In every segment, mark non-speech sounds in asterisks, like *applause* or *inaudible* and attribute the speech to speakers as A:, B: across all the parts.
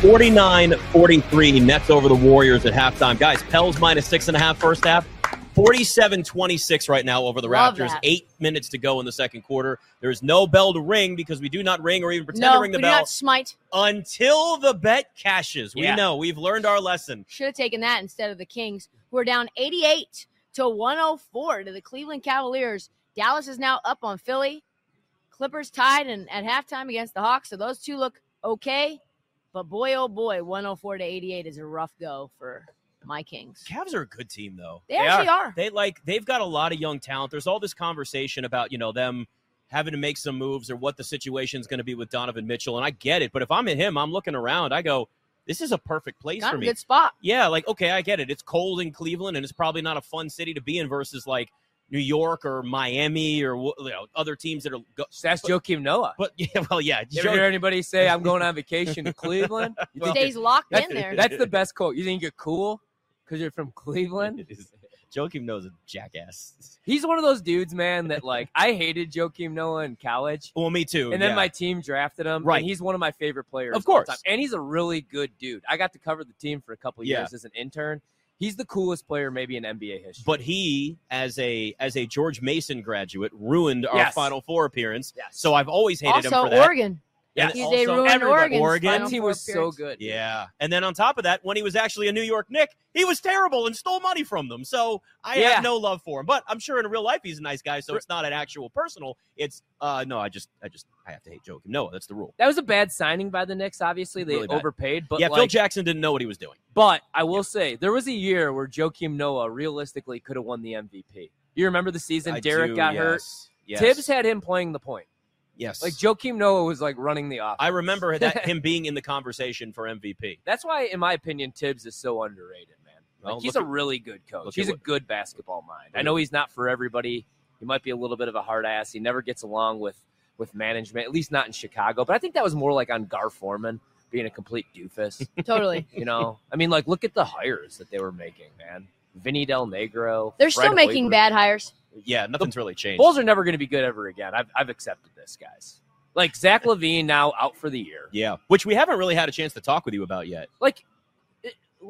A: 49 43 Nets over the Warriors at halftime. Guys, Pels minus six and a half first half. 47 26 right now over the
B: Love
A: Raptors.
B: that.
A: Eight minutes to go in the second quarter. There is no bell to ring because we do not ring or even pretend
B: no,
A: to ring the
B: we do
A: bell
B: not smite.
A: until the bet cashes. We
C: Yeah.
A: know. We've learned our lesson.
B: Should have taken that instead of the Kings, who are down 88 to 104 to the Cleveland Cavaliers. Dallas is now up on Philly. Clippers tied and at halftime against the Hawks. So those two look okay. But boy, oh boy, 104 to 88 is a rough go for my Kings.
A: Cavs are a good team, though.
B: They,
C: They
B: actually are.
A: They like they've got a lot of young talent. There's all this conversation about, you know, them having to make some moves or what the situation's going to be with Donovan Mitchell and I get it, but if I'm in him, I'm looking around. I go, this is a perfect place
B: Got
A: for
B: a
A: me.
B: good spot.
A: Yeah, like okay, I get it. It's cold in Cleveland, and it's probably not a fun city to be in versus like New York or Miami or wh- you know, other teams that are. Go-
C: So that's Joakim Noah.
A: but *laughs* yeah, well, yeah,
C: You ever
A: Joe-
C: hear anybody say, I'm going
A: *laughs*
C: on vacation to Cleveland? You think
B: Stays
C: you're-
B: locked
C: that's,
B: in there.
C: that's the best quote. You think you're cool because you're from
A: *laughs*
C: Cleveland?
A: Joakim knows a jackass.
C: He's one of those dudes, man, that like I hated Joakim Noah in college.
A: Well, me too.
C: And then
A: yeah.
C: my team drafted him.
A: Right.
C: And he's one of my favorite players.
A: Of
C: all
A: course.
C: time. And he's a really good dude. I got to cover the team for a couple
A: Yeah.
C: years as an intern. He's the coolest player maybe in NBA history.
A: but he, as a as a George Mason graduate, ruined our
C: Yes.
A: Final Four appearance.
C: Yes.
A: So I've always hated him
B: Also,
A: for that.
B: Oregon.
A: Yeah,
B: He-
A: also
B: they ruined
A: everybody.
B: Oregon's
C: that
B: Final
C: team
B: Four
C: was so
B: appearance.
C: good.
A: Yeah. And then on top of that, when he was actually a New York Nick, he was terrible and stole money from them. So I
C: Yeah.
A: have no love for him. But I'm sure in real life he's a nice guy, so it's not an actual personal. It's uh no, I just I just I have to hate Joakim. No, that's the rule.
C: That was a bad signing by the Knicks. Obviously, they
A: Really bad.
C: overpaid. But
A: yeah, Phil
C: like,
A: Jackson didn't know what he was doing.
C: But I will say there was a year where Joakim Noah realistically could have won the MVP. You remember the season
A: I
C: Derek
A: do,
C: got hurt.
A: yes, Yes.
C: Tibbs had him playing the point.
A: yes.
C: Like Joakim Noah was like running the offense.
A: I
C: *laughs*
A: remember that him being in the conversation for MVP.
C: That's why, in my opinion, Tibbs is so underrated, man. Like,
A: Well,
C: he's
A: Oh, look
C: a
A: at-
C: really good
A: look
C: coach.
A: at
C: He's a
A: what-
C: good basketball mind. I
A: at
C: know he's not for everybody. He might be a little bit of a hard ass. He never gets along with with management, at least not in Chicago. But I think that was more like on Gar Forman being a complete doofus.
B: Totally.
C: you know, I mean, like look at the hires that they were making, man. Vinny Del Negro.
A: *laughs*
B: They're still
C: Fred
B: making
C: Hoiberg.
B: bad hires.
A: Yeah, nothing's really changed.
C: Bulls are never going to be good ever again. I've I've accepted this, guys. Like Zach Levine now out for the year.
A: Yeah, which we haven't really had a chance to talk with you about yet.
C: Like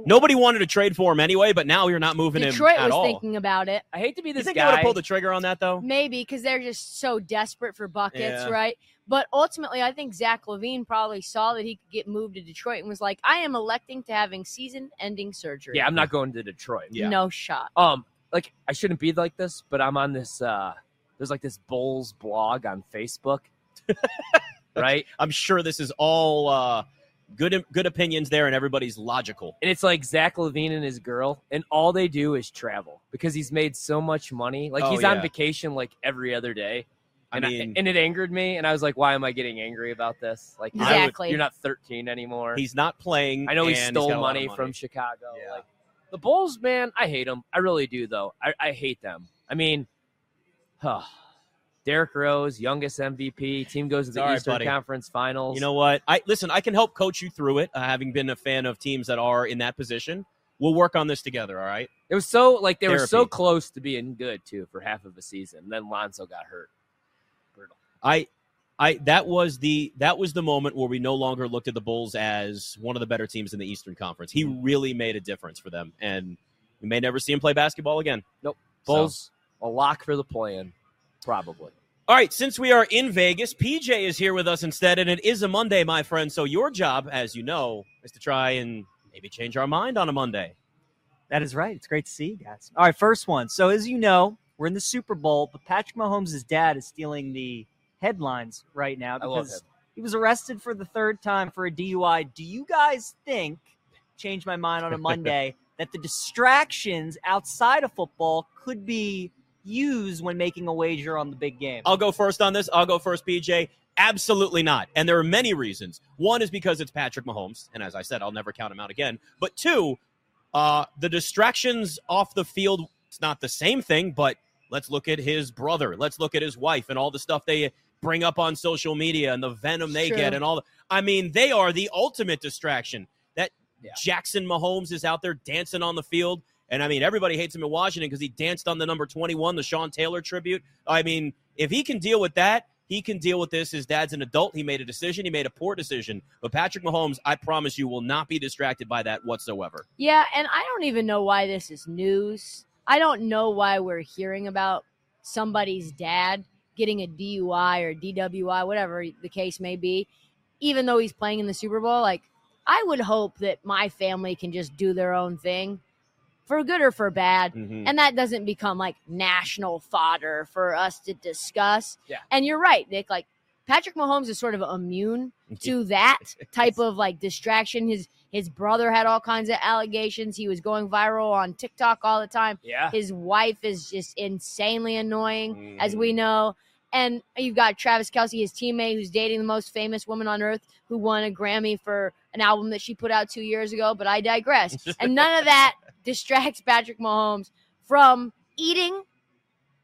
A: Nobody wanted to trade for him anyway, but now you're not moving
B: Detroit
A: him at
B: was
A: all.
B: thinking about it.
C: I hate to be
A: you
C: this
A: think they would
C: guy.
A: have pulled the trigger on that though?
B: Maybe because they're just so desperate for buckets,
A: Yeah.
B: right? But ultimately, I think Zach Levine probably saw that he could get moved to Detroit and was like, "I am electing to having season-ending surgery."
C: yeah, I'm not going to Detroit.
A: Yeah.
B: no shot.
C: um like i shouldn't be like this but i'm on this uh there's like this bulls blog on facebook *laughs* right
A: I'm sure this is all uh, good good opinions there, and everybody's logical.
C: and it's like zach levine and his girl and all they do is travel because he's made so much money like
A: Oh,
C: he's on
A: yeah.
C: vacation like every other day
A: I
C: and
A: mean,
C: and it angered me and i was like why am i getting angry about this like you're not-
B: Exactly.
C: you're not 13 anymore
A: he's not playing.
C: i know he
A: and he's
C: stole
A: got a lot of
C: money, from chicago
A: Yeah.
C: like the bulls man i hate them i really do though i, I hate them i mean huh. Derrick Rose, youngest MVP, team goes to the
A: All right,
C: Eastern
A: buddy.
C: Conference Finals.
A: You know what? I listen. I can help coach you through it, uh, having been a fan of teams that are in that position. We'll work on this together. All right.
C: it was so like they were so
A: Therapy.
C: close to being good too for half of a season. And then Lonzo got hurt.
A: I, I that was the that was the moment where we no longer looked at the Bulls as one of the better teams in the Eastern Conference. He really made a difference for them, and we may never see him play basketball again.
C: Nope.
A: So-
C: Bulls a lock for the play-in, probably.
A: All right, since we are in Vegas, PJ is here with us instead, and it is a Monday, my friend. So your job, as you know, is to try and maybe change our mind on a Monday.
D: That is right. It's great to see you guys. All right, first one. So, as you know, we're in the Super Bowl, but Patrick Mahomes' dad is stealing the headlines right now
C: I love
D: because
C: him.
D: he was arrested for the third time for a DUI. Do you guys think, change my mind on
C: *laughs*
D: a Monday, that the distractions outside of football could be used when making a wager on the big game?
C: Oh,
A: I'll go first on this. I'll go first, PJ. Absolutely not. And there are many reasons. One is because it's Patrick Mahomes, and as I said, I'll never count him out again. But two, uh, the distractions off the field, it's not the same thing, but let's look at his brother. Let's look at his wife and all the stuff they bring up on social media and the venom they
B: Sure.
A: get and all the, I mean, they are the ultimate distraction. That
C: Yeah.
A: Jackson Mahomes is out there dancing on the field. And I mean, everybody hates him in Washington because he danced on the number 21, the Sean Taylor tribute. I mean, if he can deal with that, He can deal with this. His dad's an adult. He made a decision. He made a poor decision. But Patrick Mahomes, I promise you, will not be distracted by that whatsoever.
B: Yeah, and I don't even know why this is news. I don't know why we're hearing about somebody's dad getting a DUI or DWI, whatever the case may be, even though he's playing in the Super Bowl. Like, I would hope that my family can just do their own thing for good or for bad.
A: Mhm.
B: And that doesn't become like national fodder for us to discuss.
C: Yeah.
B: And you're right, Nick. Like, Patrick Mahomes is sort of immune to that type of like distraction. His his brother had all kinds of allegations. He was going viral on TikTok all the time.
C: Yeah.
B: His wife is just insanely annoying, as
A: Mm. *laughs*
B: we know. And you've got Travis Kelsey, his teammate, who's dating the most famous woman on earth, who won a Grammy for an album that she put out two years ago. But I digress. and none
A: *laughs*
B: of that distracts Patrick Mahomes from eating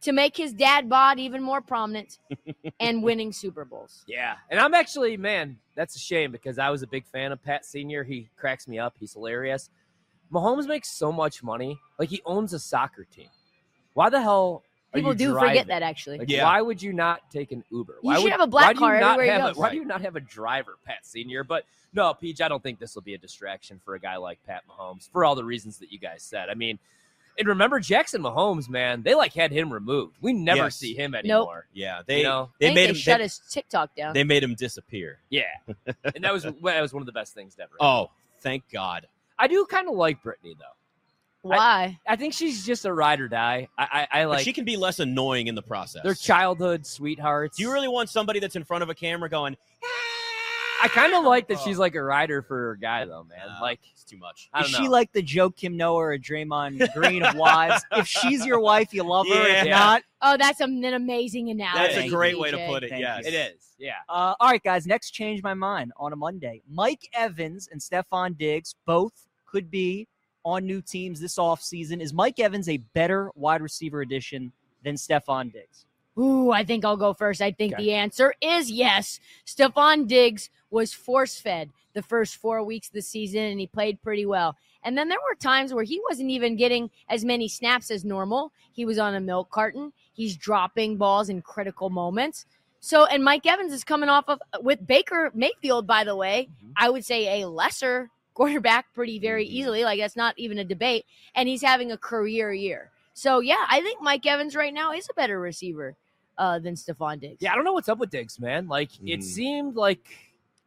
B: to make his dad bod even more prominent
A: *laughs*
B: and winning Super Bowls.
C: Yeah. And I'm actually, man, that's a shame because I was a big fan of Pat Sr. He cracks me up. He's hilarious. Mahomes makes so much money. Like he owns a soccer team. Why the hell are
B: People
C: you
B: do
C: driving?
B: forget that actually.
C: Like,
A: Yeah.
C: why would you not take an Uber?
B: You
C: why
B: should
C: would,
B: have a black
C: why do you
B: car
C: not
B: everywhere
C: have
B: he
C: a-
B: goes.
C: why do you not have a driver, Pat Senior? But no, Peach, I don't think this will be a distraction for a guy like Pat Mahomes for all the reasons that you guys said. I mean, and remember Jackson Mahomes, man, they like had him removed. We never
A: Yes.
C: see him
B: Nope.
C: anymore.
A: Yeah, they
C: you know,
B: I
A: they
B: think
A: made
B: they
A: him
B: shut
A: they,
B: his TikTok down.
A: they made him disappear.
C: yeah, and *laughs* that was that was one of the best things ever.
A: Oh, thank God.
C: I do kind of like Brittany though.
B: Why?
C: I think she's just a ride or die. I I, I
A: But
C: like
A: she can be less annoying in the process.
C: their childhood sweethearts.
A: Do you really want somebody that's in front of a camera going,
C: I kind of like that
A: Oh.
C: she's like a rider for her guy though, man.
A: "Nah,
C: like
A: it's too much.
C: I
D: Is
C: don't
D: she
C: know.
D: like the Joe Kim Noah or Draymond Green of
C: *laughs*
D: wives? if she's your wife, you love her. If
A: Yeah.
D: not,
B: Oh, that's an amazing analogy.
A: That's a
D: Thank
A: great
B: DJ.
A: way to put it.
D: Thank
A: Yes.
D: you.
C: it is. Yeah.
D: Uh, all right, guys. Next, change my mind on a Monday. Mike Evans and Stefan Diggs both could be on new teams this offseason. Is Mike Evans a better wide receiver addition than Stefan Diggs?
B: Ooh, I think I'll go first. I think
C: Okay.
B: the answer is yes. Stephon Diggs was force fed the first four weeks of the season and he played pretty well. And then there were times where he wasn't even getting as many snaps as normal. He was on a milk carton. He's dropping balls in critical moments. So, and Mike Evans is coming off of with Baker Mayfield, by the way. I would say a lesser *laughs* quarterback pretty very
A: Mhm.
B: easily. Like that's not even a debate. And he's having a career year. So yeah, I think Mike Evans right now is a better receiver uh, than Stephon Diggs.
C: Yeah, I don't know what's up with Diggs, man. Like
A: Mhm.
C: it seemed like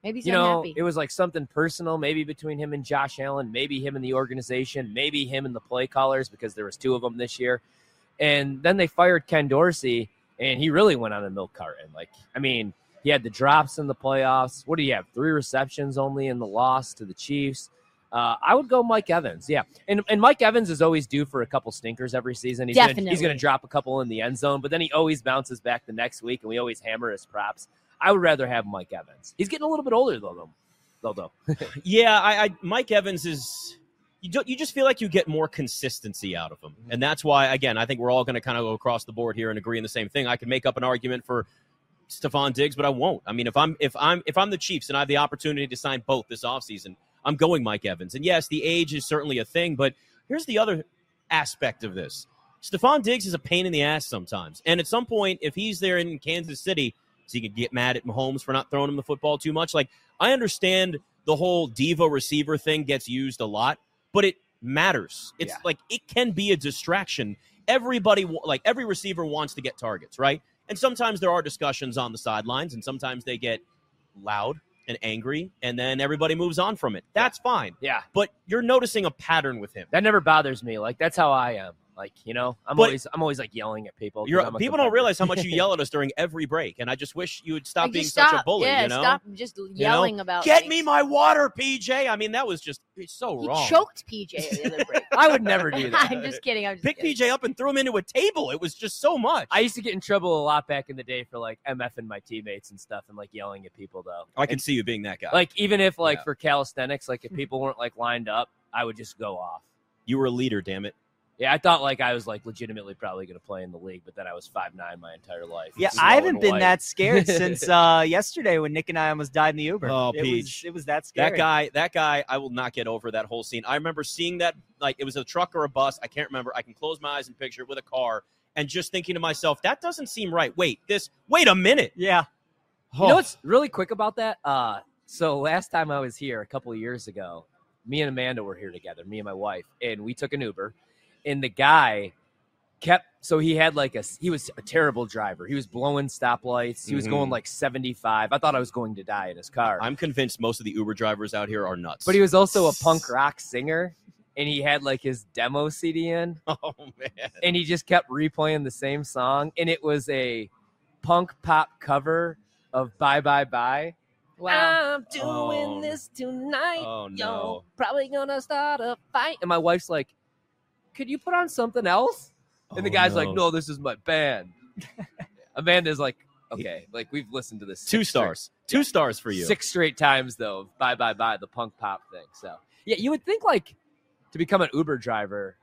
B: maybe he's
C: you know
B: unhappy.
C: it was like something personal, maybe between him and Josh Allen, maybe him and the organization, maybe him and the play callers because there was two of them this year. And then they fired Ken Dorsey, and he really went on a milk carton. Like I mean, he had the drops in the playoffs. What do you have? Three receptions only in the loss to the Chiefs. Uh, I would go Mike Evans, yeah, and and Mike Evans is always due for a couple stinkers every season. He's gonna, he's going
B: Definitely.
C: to drop a couple in the end zone, but then he always bounces back the next week, and we always hammer his props. I would rather have Mike Evans. He's getting a little bit older though, though. Though, though.
A: Yeah, I, I Mike Evans is you don't you just feel like you get more consistency out of him. And that's why again, I think we're all going to kind of go across the board here and agree on the same thing. I could make up an argument for Stephon Diggs, but I won't. I mean, if I'm if I'm if I'm the Chiefs and I have the opportunity to sign both this offseason, I'm going Mike Evans. And yes, the age is certainly a thing, but here's the other aspect of this. Stephon Diggs is a pain in the ass sometimes. And at some point, if he's there in Kansas City, so he could get mad at Mahomes for not throwing him the football too much. Like, I understand the whole diva receiver thing gets used a lot, but it matters. It's
C: Yeah.
A: like it can be a distraction. Everybody, wa- like every receiver, wants to get targets, right? And sometimes there are discussions on the sidelines, and sometimes they get loud and angry, and then everybody moves on from it. That's fine.
C: Yeah,
A: But you're noticing a pattern with him.
C: that never bothers me. Like that's how I am. Like you know, I'm
A: But-
C: always I'm always like yelling at people. 'cause
A: You're,
C: I'm a
A: people don't
C: competitor.
A: realize how
C: *laughs*
A: much you yell at us during every break, and I just wish you would stop
B: Like,
A: being
B: just
A: such a bully.
B: Yeah,
A: you know,
B: stop just
A: know?
B: yelling about.
A: get
B: things.
A: me my water, PJ. I mean, that was just it's so
B: He
A: wrong.
B: choked PJ at the
C: *laughs*
B: other break.
C: I would never
A: *laughs*
C: do that.
B: I'm just kidding. I'm just
A: Pick
B: kidding.
A: PJ up and threw him into a table. It was just so much.
C: I used to get in trouble a lot back in the day for like mfing my teammates and stuff, and like yelling at people though.
A: I can see you being that guy.
C: Like even if like
A: Yeah.
C: for calisthenics, like if people weren't like lined up, I would just go off.
A: you were a leader, damn it.
C: Yeah, I thought like I was like legitimately probably going to play in the league, but then I was five nine my entire life.
D: Yeah,
C: Small
D: I haven't
C: and
D: been
C: white.
A: *laughs*
D: that scared since uh, yesterday when Nick and I almost died in the Uber.
A: Oh,
D: it was,
A: Peach.
D: it was that scary.
A: That guy, that guy, I will not get over that whole scene. I remember seeing that like it was a truck or a bus. I can't remember. I can close my eyes and picture it with a car, and just thinking to myself, that doesn't seem right. Wait, this, wait a minute.
D: Yeah.
C: You know
A: Oh,
C: what's really quick about that? Uh, so last time I was here a couple of years ago, me and Amanda were here together, me and my wife, and we took an Uber, and the guy kept so he had like a s- he was a terrible driver. He was blowing stoplights. He was
A: Mhm.
C: going like 75. I thought I was going to die in his car.
A: *laughs* I'm convinced most of the Uber drivers out here are nuts.
C: but he was also a punk rock singer and he had like his demo CD in *laughs*
A: oh, man.
C: and he just kept replaying the same song and it was a punk pop cover of Bye Bye Bye.
B: Wow.
C: I'm doing
A: Oh.
C: this tonight.
A: Oh,
C: Yo,
A: no.
C: Um, probably gonna start a fight. And my wife's like, Could you put on something else? And the
A: Oh,
C: guy's like, No, this is my band.
B: *laughs*
C: Amanda's like, Okay, like we've listened to this
A: Two
C: six straight-
A: stars. Two stars for you.
C: Six straight times though. Bye bye bye, the punk pop thing. So yeah, you would think like to become an Uber driver.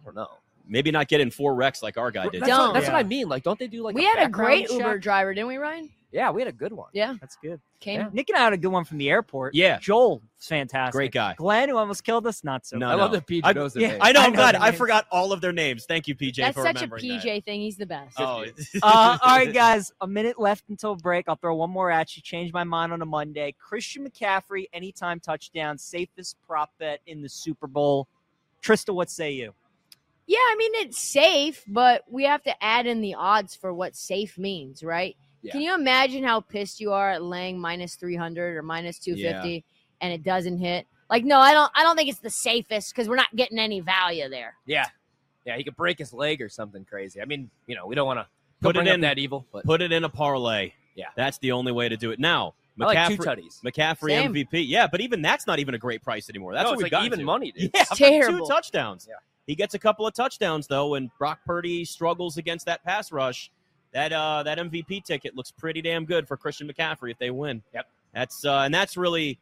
C: I don't know.
A: Maybe not getting four wrecks like our guy did.
C: That's, what,
B: Don't.
C: that's what
D: Yeah.
C: I mean. Like, don't they do like
B: we had a
C: background
B: great
C: check?
B: Uber driver, didn't we, Ryan?
C: Yeah, we had a good one.
B: Yeah.
D: That's good.
B: Came.
C: Yeah.
D: Nick and I had a good one from the airport.
A: Yeah.
D: Joel, fantastic.
A: Great guy.
D: Glenn, who almost killed us, not so.
A: No,
C: I
A: no.
C: love that Pete
A: I-
C: knows the
D: yeah,
C: name.
A: I know. I'm
D: I know
A: glad.
D: the
A: I
D: names.
A: forgot all of their names. Thank you, PJ,
B: That's
A: for
B: such a
A: remembering
B: PJ
A: that.
B: thing. He's the
A: *laughs*
B: best. *laughs*
A: Oh,
D: *laughs* uh,
A: *laughs*
D: all right, guys. A minute left until break. I'll throw one more at you. Change my mind on a Monday. Christian McCaffrey, anytime touchdown, safest prop bet in the Super Bowl. Trista, what say you?
B: Yeah, I mean it's safe, but we have to add in the odds for what safe means, right?
C: Yeah.
B: Can you imagine how pissed you are at laying minus three hundred or minus two fifty and it doesn't hit? Like, no, I don't. I don't think it's the safest because we're not getting any value there.
C: Yeah. Yeah, he could break his leg or something crazy. I mean, you know, we don't want to
A: Put it
C: bring up
A: in.
C: that evil, but
A: Put it in a parlay.
C: Yeah.
A: That's the only way to do it. Now,
C: I like two
A: McCaffrey,
C: tutties.
A: McCaffrey
B: Same.
A: MVP. Yeah, but even that's not even a great price anymore. That's
C: no,
A: what
C: it's
A: we've
C: like
A: gotten
C: even
A: to.
C: money, dude.
A: *laughs* Yeah,
C: *laughs*
B: It's
A: but two
B: terrible.
A: touchdowns.
C: Yeah.
A: He gets a couple of touchdowns though, and Brock Purdy struggles against that pass rush. That uh, that MVP ticket looks pretty damn good for Christian McCaffrey if they win.
C: Yep.
A: That's uh, and that's really,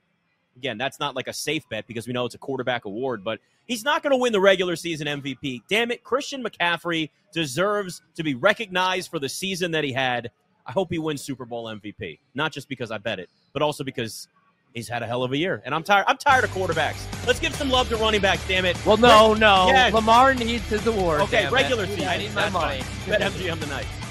A: again, that's not like a safe bet because we know it's a quarterback award, but he's not going to win the regular season MVP. Damn it, Christian McCaffrey deserves to be recognized for the season that he had. I hope he wins Super Bowl MVP, not just because I bet it, but also because he's had a hell of a year. And I'm tired. I'm tired of quarterbacks. Let's give some love to running backs. Damn it.
C: Well, no, no.
A: Yes.
C: Lamar needs his award.
A: Okay,
C: damn it.
A: regular season.
C: I need my
A: That's
C: money.
A: fine. Bet MGM tonight.